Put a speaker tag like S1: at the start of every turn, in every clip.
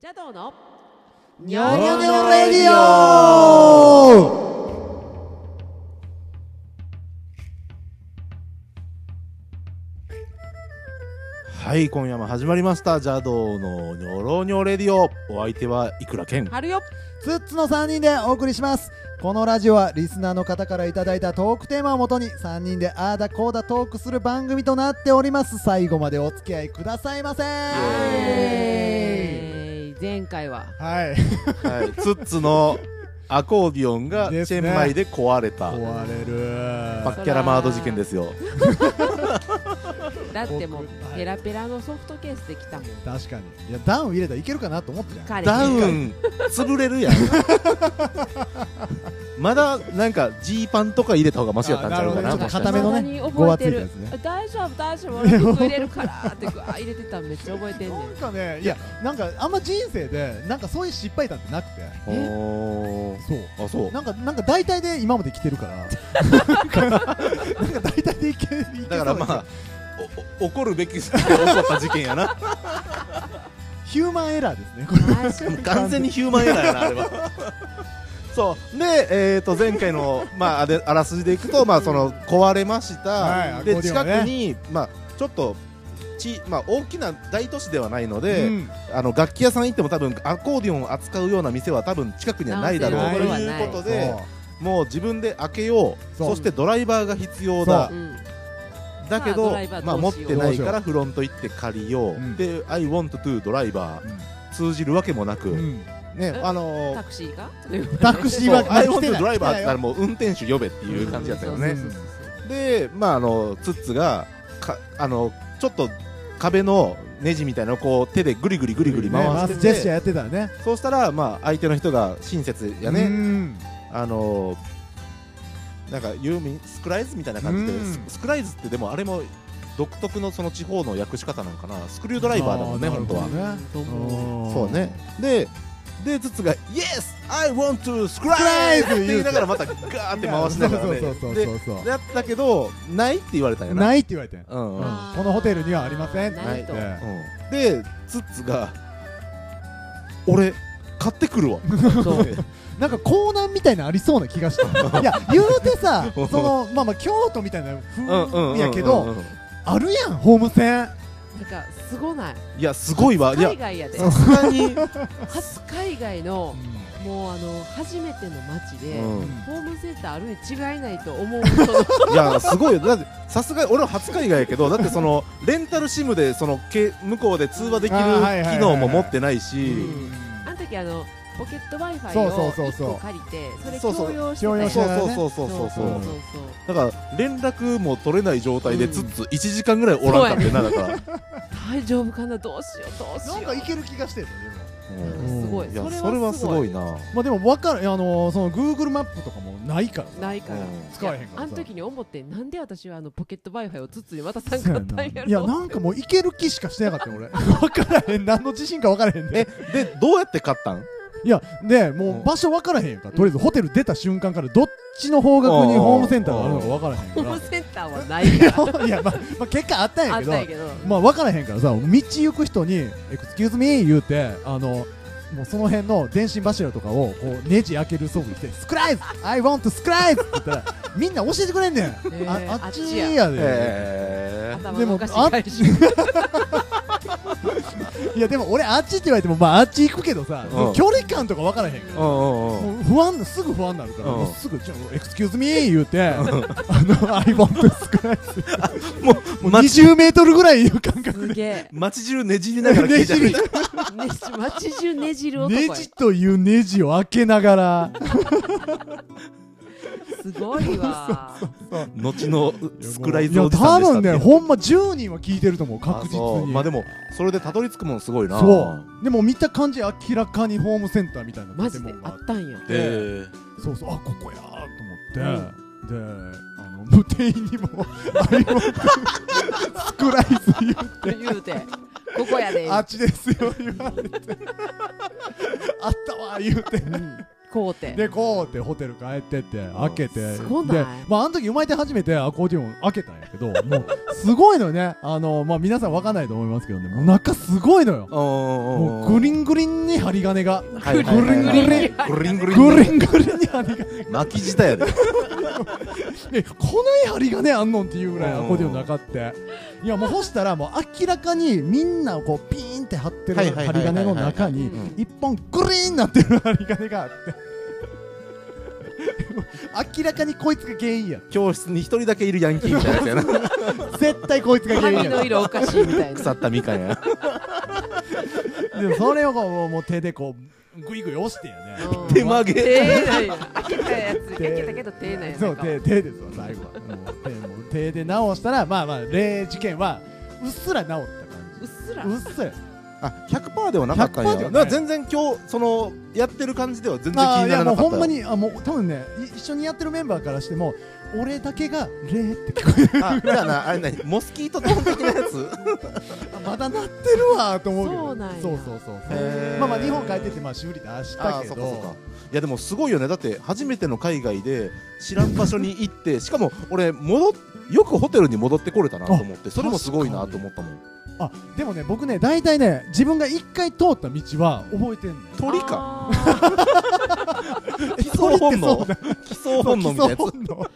S1: じゃどうの
S2: ニョロニョロレディオはい今夜も始まりましたジャドーのニョロニョレディオお相手はいくらけん
S1: 春よ
S3: ツッツの3人でお送りしますこのラジオはリスナーの方からいただいたトークテーマをもとに3人でああだこうだトークする番組となっております最後までお付き合いくださいませは
S1: えー前回はい
S2: はいツッツのアコーディオンがチ
S3: です
S2: ェ
S3: ね
S2: ンマイで壊れた
S3: 壊れ
S2: パ
S3: る
S2: ッキャラマード事件ですよ
S1: だってもう
S3: 僕はい
S1: ペラペラのソフトケースできたもん
S3: 確かにいやダウン入れたらいけるかなと思ってた
S1: 彼
S2: ダウン潰れるやん まだなんかジーパンとか入れた方がマシやったんちゃうか
S3: あな
S2: な
S3: るほど
S2: もしか
S3: ちょっと固
S2: した
S3: め
S2: ら
S3: のね
S1: 未だに覚えてる
S3: ごわついたやつ
S1: 大丈夫大丈夫俺服入れるからってぐわー入れてたのめっちゃ覚えてんねん
S3: なんかねいやなんかあんま人生でなんかそういう失敗談ってなくて
S2: おー
S3: そう
S2: あそう
S3: なんかなんか大体で今まで来てるから なんか大体でいけいけそうな気が
S2: だからまあおお怒るべき 人が起こった事件やな
S3: ヒューマンエラーですねこれ
S1: マジ
S2: 完全にヒューマンエラーやなあれはそうで、えー、と前回の、まあ、あれあらすじでいくと、まあ、その壊れました、
S3: はいアコ
S2: で
S3: ーディ
S2: 近
S3: オンね
S2: くに、まあ、ちょっとち、まあ、大きな大都市ではないので、
S3: うん
S2: あの楽器屋さん行っても多分アコーディオンを扱うような店は多分近くにはないだろ
S3: な
S2: うん
S3: せ
S2: と
S3: ない
S2: いうこと
S3: そ
S2: で
S3: う
S2: もう自分で開けよう
S3: そう
S2: そしてドライバーが必要だ
S3: そ
S1: うん
S2: だけ
S1: まあ
S2: ど
S1: ドライバー、
S2: まあ、
S1: ど
S2: 持
S1: う
S2: っ
S1: しよう
S2: てないからフロント行って借りよう、
S3: うん
S2: で「I want to ドライバー」通じるわけもなく、
S3: うん
S2: ね
S1: え
S2: あの
S1: タ
S2: ー
S1: クシーがという
S3: タクシー
S2: そう
S3: は
S2: 「I want
S3: 来て
S2: to
S3: ない
S2: ドライバ
S3: 来
S2: ー」って
S3: てな
S2: 言った
S3: い
S2: らもう運転手呼べっていう感じだったよね、
S1: うんそうそうそうそう
S2: でまああのツッツがかあのちょっと壁のネジみたいなのをこう手でぐりぐりぐりぐり回
S3: ねジェ
S2: して
S3: ス
S2: て、
S3: チャーやってたらね
S2: そうしたら、まあ、相手の人が親切やね、
S3: ね
S2: あのーなんかユーミンスクライズみたいな感じで、
S3: うん
S2: ススクライズってでもあれも独特のその地方の訳し方なのかなスクリュードライバーだもんね
S3: あーなる
S2: 本
S3: ほ
S2: 当
S3: ど
S2: は
S3: ね
S1: と思う
S2: そうねででつつが「Yes! I want to ス
S3: ス
S2: ク
S3: ク
S2: ラ
S3: ラ
S2: イ
S3: イ
S2: ズ!」
S3: ズ
S2: って言いながらまたガーって回しながらね
S3: そうそう
S2: で
S3: そうそう
S2: やったけどないって言われ
S3: そ
S2: たんや
S3: う
S2: な
S3: ないって言われてん
S2: うんうん
S1: あー
S3: このホテルにはありません
S1: な
S2: ない
S1: いと
S3: え
S2: うんでつつが「俺買ってくるわ」
S1: そう
S3: え なんか港南みたいなのありそうな気がしたいや言うてさ
S2: うん
S3: そのまあまあ京都みたいな風やけ
S2: うんう
S3: ど
S2: んうん
S3: あるやんホームセン
S1: なんかすごない
S2: いやすごいわいや
S1: 海外やで
S2: さすがに
S1: 初海外のもうあの初めての街で、
S2: うん
S1: ホームセンターあるに違いないと思う人の
S2: いやすごいよだってさすがに俺は初海外やけどだってそのレンタルシムでそのけ向こうで通話できる
S3: あーはいはいはいはい
S2: 機能も持ってないし
S1: うんあの時あのポケット w i f i
S3: そう
S1: を
S3: そうそう
S1: 1
S3: そう
S1: 個借りてそれ
S2: そうそう
S1: 共用して
S3: 共
S1: た
S3: 用
S1: よ
S3: し
S2: そう
S3: て
S2: そうそうそうそうそう
S3: うん
S1: そう
S2: だから連絡も取れない状態で
S1: うん
S2: つっつ1時間ぐらいおらんかってなだから
S1: 大丈夫かなどうしようどうしよ
S3: な
S1: うん
S3: かいける気がしてるのでも
S2: うん
S1: すごい
S2: いや
S1: そ
S2: それ
S1: れ
S2: は
S1: は
S2: す
S1: す
S2: ご
S1: ご
S2: い
S1: い
S2: な
S3: まあでも分かるあのその Google マップとかもないからさ
S1: ないから、
S2: うん
S3: 使わへんからさ
S1: あの時に思ってなんで私はあのポケット w i f i をつつにまた参加ったんやろ
S3: いやなんかもういける気しかしてなかったよ俺 分からへん何の自信か分からへん
S2: え
S3: ね
S2: でどうやって買ったん
S3: いやで
S2: う
S3: も
S2: ん
S3: う場所分からへんやんかとりあえずホテル出た瞬間からどっちの方角にホームセンターがあるのか分からへん
S1: ホーム
S3: か
S1: センターはないから
S3: らいやまあまあ結果あったん
S1: あ
S3: や
S1: っ
S3: けど
S1: たんやけど
S3: まあ分からへんからさ道行く人に「エクスキューズミー」言うてあのもうその辺の電信柱とかをこうネジ開ける装具して「スクライズ !I want スクライズ!」って言ったらみんな 教えてくれんねん、
S1: ー
S3: ああっちやで、
S2: え
S1: 頭
S3: で
S1: の
S3: も
S1: おかしい返し
S3: いやでも俺あっちって言われてもまああっち行くけどさ、
S2: ん
S3: その距離感とか分からへんか
S2: う
S3: ら、
S2: んうんうん
S3: もう不安すぐ不安になるから、
S2: うん
S3: もうすぐ「ちょエクスキューズミー」言うて、あの I want スクライズ
S2: もう
S3: もう
S2: 街
S3: 20メートルぐらいいう感覚
S1: すげえ
S2: 街中ねじりながら聞いちゃう
S3: ねじ
S1: ね街中ねじる男
S3: ネ
S1: や
S3: ジというネジを開けながら
S1: すごいわ
S2: 後のスクライ
S3: い
S2: ズ
S3: や
S2: おじ
S3: 多
S2: さんでしたっ
S3: 分
S2: て
S3: ねほんま10人は聞いてると思う確実
S2: あそう
S3: に
S2: まあでもそれでたどり着くもんすごいな
S3: そうでも見た感じ明らかにホームセンターみたいな
S1: マ
S3: 建
S1: ジで
S3: 物が
S1: あ
S3: あっ
S1: ったんや
S2: へー
S3: てそうそうあここやーと思って、であの無店員にも「アイオンスクライズ 言う
S1: 言うてここやで
S3: あっちですよ」言われて「あったわ」言うて
S1: うんこうて
S3: でこうってホテル帰ってって開けて
S1: すごない
S3: で、まあ、あの時生まれて初めてアコーディオン開けたんやけ どもうすごいのよねあの、まあ、皆さん分かんないと思いますけどねもう中すごいのよもうグリングリンに針金が
S2: はいはい
S3: グリングリン
S2: グリングリン
S3: グリングリンに針金
S2: 巻き舌やで
S3: えこない針金あんのんっていうぐらいアコーディオンなかっていやもう干したらもう明らかにみんなをこうピーンって張って
S2: はい
S3: る
S2: はいはいはい
S3: 針金の中に
S2: うん
S3: 一本グリーンなってる針金があって 明らかにこいつが原因や
S2: 教室に一人だけいるヤンキーみたいなやつやな
S3: 絶対こいつが原因
S1: 髪の
S3: や
S1: 色おかしいみたいな
S2: 腐ったみかんや
S3: でもそれをこうもうもう手でこうグイグイ押してやね
S1: うん
S2: 手曲げ
S1: 手ない開けたやつ開けたけど手ないや
S3: そう
S1: 中は
S3: 手手ですわ最後はもう手もう手で直したらまあまあ例事件はうっすら直った感
S1: うっすら
S3: じうっすら
S2: あ100%ではなかったんや
S3: 100%ではない
S2: なんか全然今日そのやってる感じでは全然気
S3: あー
S2: にならなかった
S3: いやもうほんまにあもう多分ねい一緒にやってるメンバーからしても俺だけが「霊」って聞こえる
S2: あじゃあなあれ何モスキートトーン的なや つ
S3: あまだなってるわと思うけど
S1: そうなんや
S3: そうそうそうそう
S2: へー
S3: まあまあ日本帰っててまあ修理で明日
S2: あー
S3: け
S2: そっかそっか
S3: ど
S2: いやでもすごいよねだって初めての海外で知らん場所に行ってしかも俺戻っよくホテルに戻ってこれたなと思ってそれもすごいなと思ったもん
S3: あでもね僕ね大体ね自分が一回通った道は覚えてんのよ
S2: 鳥か
S1: あ
S2: 基礎本能
S3: 鳥って
S2: 基礎本能みたいなやつ
S3: そう基礎本能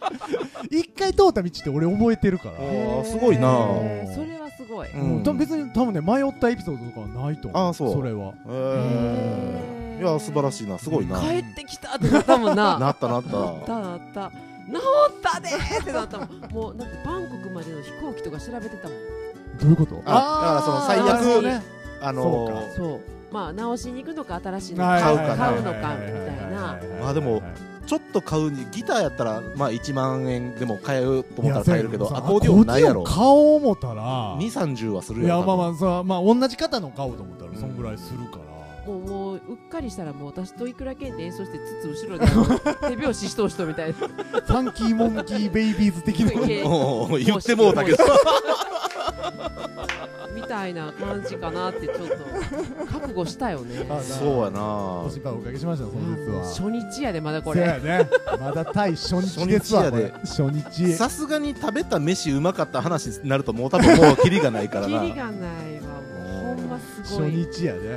S3: 一回通った道って俺覚えてるから
S2: あ
S1: ー
S2: ーすごいなあ
S1: へーそれはすごい
S2: うん
S3: うん多分別に多分ね迷ったエピソードとかはないと思う
S2: あーそう
S3: れは
S2: へーいや素晴らしいなすごいな
S1: 帰ってきたってなったもんな
S2: なったなっ
S1: なったたなった治ったでーってなったもんもうなんてバンコクまでの飛行機とか調べてたもん
S3: どういうこと
S2: あだからその最悪
S3: ねそ
S2: あ
S3: う
S2: の
S3: か
S2: ー
S1: そうまあ直しに行くのか新しいの
S3: はい
S1: か
S2: 買う
S3: はい
S2: か
S1: 買うの
S3: は
S1: か
S3: いはいはい
S1: みたいな
S2: まあでもちょっと買うにギターやったらまあ1万円でも買えると思ったら買えるけどアコーディオンないやろ
S3: アコーディオン買おう思ったら
S2: 2三3 0はする
S3: い
S2: や
S3: や
S2: ろ
S3: まあま
S2: 多
S3: あそうまあ同じ方の買おうと思った
S2: うん
S3: らそんぐらいするから、
S1: もうもううっかりしたらもう私といくらけんで演奏してつつ後ろであの手拍子しとう人みたいな
S3: ファンキーモンキーベイビーズ 的な
S1: 系
S2: 分おうお う言ってもうたけど
S1: みたいな感じかなってちょっと覚悟したよね
S3: あ
S2: そうやな
S3: お心配おかけしましたその実は
S1: 初日やでまだこ
S3: せ
S1: れ
S3: やねまだ対初日ですわ
S2: 初日やで
S3: これ初日
S2: さすがに食べた飯うまかった話になるともう多分もうキリがないから
S1: キ
S2: な
S1: リがないわもうほんます
S3: 初
S1: ごいい
S3: 日やで
S1: や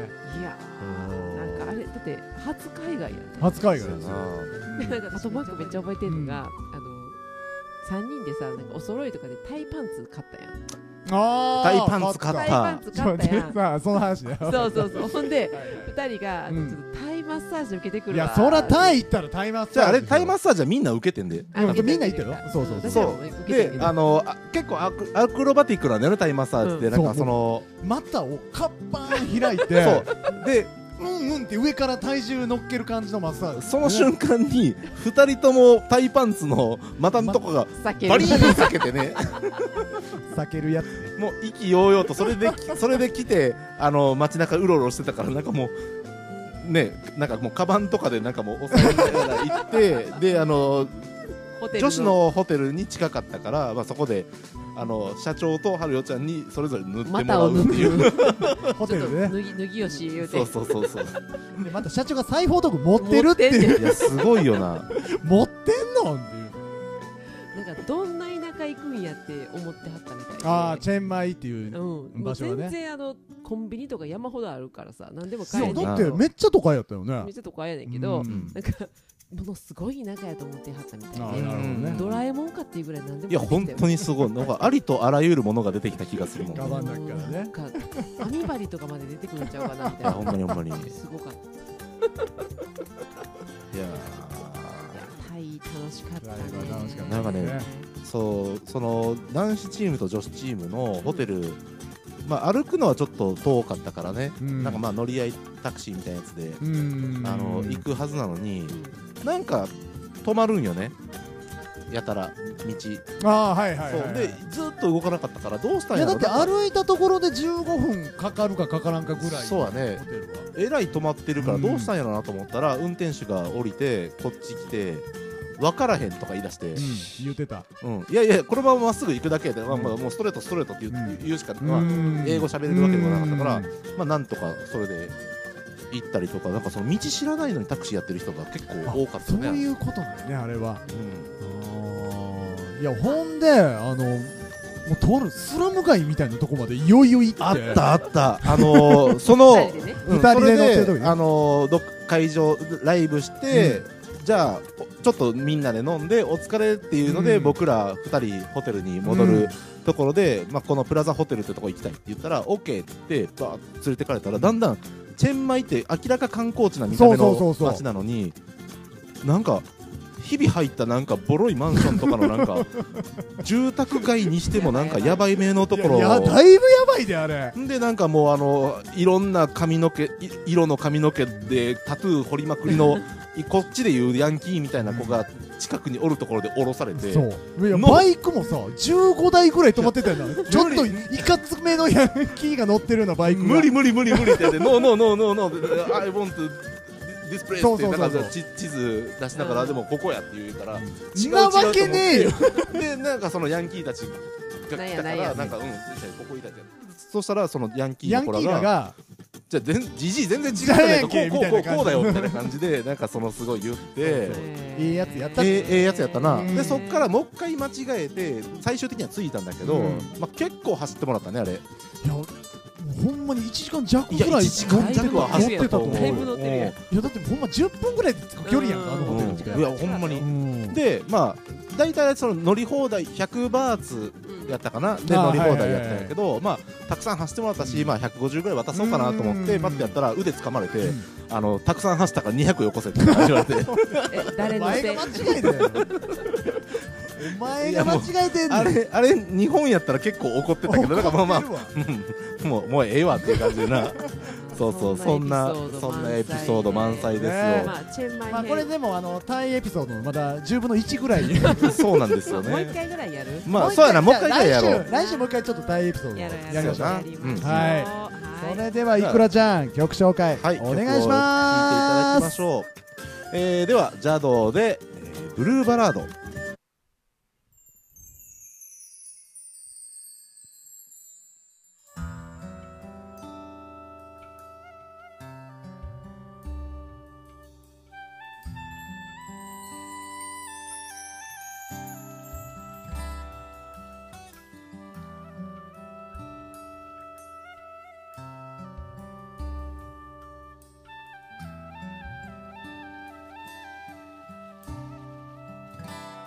S3: お
S1: ー
S3: ー
S1: なんかあれだって初海外やね
S3: 初海外
S2: そうや
S3: ですよ
S2: な
S1: なんかあとマークめっちゃ覚えてるのが、あの3人でさなんかお揃いとかでタイパンツ買ったやん
S3: あ
S2: タイパンツ買っ
S1: タ
S2: た
S1: イパンツ
S3: ちょ
S1: 買
S3: っ
S1: っ
S3: と
S1: た
S3: 待
S1: や
S3: って
S1: ん
S3: さあその話ね
S1: そうそうそうほんで2人があ
S3: うん
S1: のちょっとタイマッサージ受けてく
S3: い
S1: るわ
S3: やそらタイ行ったらタイマッサージ
S2: じゃああれタイマッ
S3: ッ
S2: サージはみんな受けてんで
S1: あ受け
S3: みんな行ってるよそうそうそう
S1: 私
S2: そ
S1: ら
S2: う
S1: も受けてる
S2: で
S1: けど
S2: あのあ結構アクアクロバティックなんだよねタイマッサージって、
S1: うん
S2: なんかその
S3: 股をカッパーン開いて
S2: そうで
S3: うんうんって上から体重乗っける感じのマッサージ
S2: その瞬間に2人ともタイパンツの股のとこが
S1: 酒
S2: バリーン避けてね
S3: 避けるやつね
S2: もう意気揚々とそれで きそれで来てあの街中うろうろしてたからなんかもうねなんかもうカバンとかでなんかもう押さえながら行って であの
S1: ホテル
S2: 女子のホテルに近かったから、まあ、そこであの社長と春代ちゃんにそれぞれ塗ってもら
S1: 股を
S2: うっていう、
S1: 抜く
S3: ホ
S1: ち
S3: テ
S1: ょっ
S3: ル
S1: と
S3: でね
S1: 脱ぎ脱ぎよし言うて
S2: そうそうそうそう
S3: でまた社長が裁縫道具持ってるっていう
S1: 持
S2: いやすごいよな
S3: 持ってんのっていう
S1: なんかどんな田舎行くんやって思ってはったみたいで
S3: ああチェンマイっていう
S1: うん、も
S3: 場
S1: う
S3: 所はね
S1: 全然あのコンビニとか山ほどあるからさ何でも
S3: い
S1: 買え
S3: や
S1: んねん
S3: だっ
S1: け
S3: て
S1: ど
S3: めっちゃ都会やったよね
S1: 店とかやねんけど、
S3: うん
S1: なんかものすごい田舎やと思ってはったみ
S3: あ
S1: た
S3: あ
S1: い
S3: なるほどね
S1: でドラえもんかっていうぐらい何でも
S2: いや本当にすごいなんかありとあらゆるものが出てきた気がするもんい
S3: ガ
S2: や
S3: バンだから
S1: な
S3: ね
S1: んか網張りとかまで出てくるんちゃうかなみたいな
S2: ほんまにほんまにいや
S1: すごかったいやタイ楽しかったね
S3: タイは楽しかった
S2: ねなんかねーそうその男子チームと女子チームのホテル、まあ、歩くのはちょっと遠かったからね、
S3: うん
S2: なんかまあ乗り合いタクシーみたいなやつで、
S3: うん
S2: あの行くはずなのになんか止まるんよねやたら道、
S3: ああはいはいはい
S2: そ
S3: は
S2: う
S3: い
S2: でずっと動かなかったからどうしたん
S3: いや
S2: や
S3: だ
S2: ろ
S3: って歩いたところで15分かかるかかからんかぐらい
S2: そうやね
S3: ホテルは
S2: えらい止まってるからどうしたんやろなと思ったら、運転手が降りてこっち来て分からへんとか言い出して、
S3: 言ってた
S2: うん、いやいやこのまままっすぐ行くだけで、まあまあ
S3: う
S2: もうストレートストレートって言う,、
S3: うん
S2: 言うしか、まあ、英語喋れるわけでもなかったからまあなんとかそれで行ったりとかなんかその道知らないのにタクシーやってる人が結構多かった
S3: そう
S2: ね
S3: いうことなんやねあれは
S2: うん
S3: あーいやほんであのもうとあるスラム街みたいなとこまでいよいよ行って
S2: あったあったあのーその
S1: 二人でね
S2: うん
S3: 二人で乗ってる時
S2: それであのーどっ会場ライブして、じゃあおちょっとみんなで飲んでお疲れっていうので、
S3: うん
S2: 僕ら2人ホテルに戻
S3: う
S2: る
S3: ん
S2: ところで、まあ、このプラザホテルってとこ行きたいって言ったら OK って言ってバーッ連れてかれたらだんだんチェンマイって明らか観光地な見た
S3: そ
S2: 目
S3: うそう
S2: の
S3: そうそう
S2: 街なのになんか日々入ったなんかボロいマンションとか のなんか住宅街にしてもなんかやばいめのところ
S3: いやだいぶやばいであれ
S2: でなんかもうあのいろんな髪の毛い色の髪の毛でタトゥー彫りまくりのいこっちでいうヤンキーみたいな子が近くにおるところで降ろされて
S3: そういや
S2: の
S3: バイクもさ15台ぐらい止まってたよなちょっといかつめのヤンキーが乗ってるようなバイクが
S2: 無理無理無理無理って言って「ノーノーノーノーノー」I want to this place」
S3: そう
S2: って
S3: そうそうそう
S2: なんか地地図出しながら、
S1: うん
S2: でもここやって言うから、違う違う
S3: なわけねえよ
S2: と思ってでなんかそのヤンキーたちが来た
S1: な
S2: か
S1: んやなん
S2: ら
S1: や
S2: なんかうんここいたってそしたらそのヤンキー
S3: ヤ
S2: の
S3: ンキー
S2: 子ら
S3: ら
S2: が
S3: が
S2: じゃあ全じじい全然違うじゃないか
S3: じゃあやんけ
S2: こうこう
S3: み
S2: こうこう
S3: たいな感じ
S2: だよみたいな感じでなんかそのすごい言って
S3: そうそう
S1: え
S3: ええやつやった
S2: ええええやつやったな
S3: うん
S2: でそっからもう一回間違えて最終的には着いたんだけど、
S3: うん
S2: まあ、結構走ってもらったねあれ
S3: いやもうほんまに1時間弱ぐ
S2: いや
S3: らい
S2: 1時間弱は走ってたと思う
S1: だいぶ乗ってるやん
S3: いやだってほんま10分ぐらいで着く距離やんかあの
S2: う
S3: ホテルって
S2: んいやほんまに
S3: うん
S2: でまあ大体その乗り放題100バーツやったかなで
S3: あー
S2: 乗り放題やったんやけど、まあ、たくさん走ってもらったし、まあ、150ぐらい渡そうかなと思って
S3: うん
S2: パッてやったら腕掴まれて、
S3: うん
S2: あのたくさん走ったから200よこせって言われて
S1: え誰の
S3: 前
S1: せ
S3: が
S1: い
S3: 間違えたよお前が間違えてん
S2: あ
S3: ねん
S2: れあれ日本やったら結構怒ってたけどだからまあまあ
S3: 怒ってるわ
S2: うんもうもうええわっていう感じで なそうそうそんなそんなエピソード満載ですよ、
S3: ね
S1: まあチェンマイ
S3: まあ
S1: 編
S3: これでもあの単位エピソードのまだ10分の1ぐらいに
S2: そうなんです
S1: まあ
S2: よ
S1: もう一
S2: ね。
S1: 回ぐらいやる
S2: まあ、そうやな、もう一回ぐらいや
S3: 来
S2: ろう。
S3: 週来週もう一回ちょっと単位エピソード
S1: やろ
S3: や
S1: うや
S3: り
S1: ろう
S3: ましょう
S1: やりましょう
S3: うんはい
S1: はい
S3: それではいくらちゃん曲紹介
S2: はい、
S3: お願いし
S2: 曲を聴いていただ
S3: ま
S2: きますしょう。えー、では、ジャドーで、えーブルーバラード。
S4: 「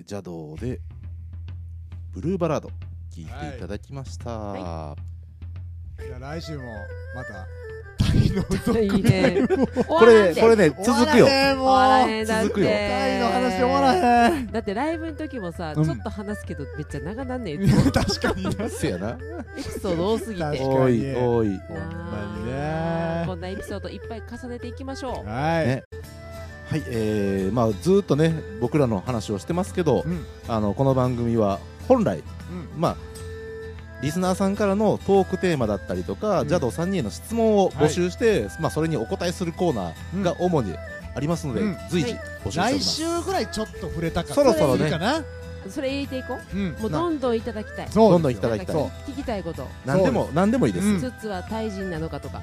S2: 邪道でブルーバラード聞いていただきました、
S1: は
S4: じゃあ来週もまたタイの続
S1: いいね
S2: これこれ
S1: ね
S2: ね続く
S1: 終わら
S2: よ
S1: へん
S4: も
S1: だって
S2: 続くよ
S4: タイの話終わらへん
S1: だってライブの時もさ、
S4: うん
S1: ちょっと話すけどめっちゃ長なんねんい
S4: い
S1: つも
S4: や確かにな
S2: せやな
S1: エピソード多すぎて
S4: 確かに
S2: おいおい
S1: なあ
S4: ほんまにね
S1: こんなエピソードいっぱい重ねていきましょう
S4: はい、
S2: ねはいえー、まあずーっとね僕らの話をしてますけど、
S4: うん
S2: あのこの番組は本来
S4: うん
S2: まあリスナーさんからのトークテーマだったりとか、
S4: うん
S2: ジャド3人への質問を募集して、まあ、それにお答えするコーナーが主にありますので、
S4: うん
S2: 随時
S1: は
S2: 募集しており
S3: 来
S2: ます、
S3: 週ぐらいちょっと触れたから
S2: そろそろ
S4: いい
S2: ね
S4: かな
S1: それ入れていこ
S4: うん
S1: うもうどんどんいただきたい
S4: そう
S2: どんどんいただきたい
S1: なんか聞きたいこと
S2: 何でも何でもいいです、
S4: うん
S1: つつはタイ人なのか とか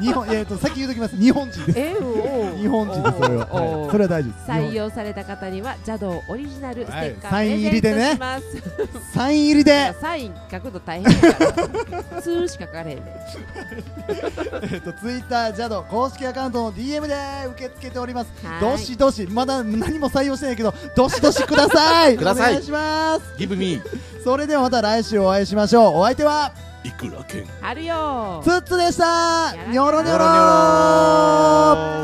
S3: 日本えっと先言うときます日本人です
S1: えお
S3: 日本人ですそれははいそれは大丈夫です
S1: 採用された方には邪道オリジナルステッカー、
S3: はい
S1: プレゼントします、
S3: 日本サイン入りで
S1: サイン書くの大変や からツーしか書かれへんねん
S3: えっとツイッタージャド公式アカウントの DM で受け付けております
S1: はい
S3: どしどしまだ何も採用してないけどどしどしください
S2: ください
S3: お願いします
S2: ギブミ
S3: それではまた来週お会いしましょうお相手はい
S2: くらけん
S1: あるよ
S3: ツッツでしたニョロニョロ
S2: ニョロニョロ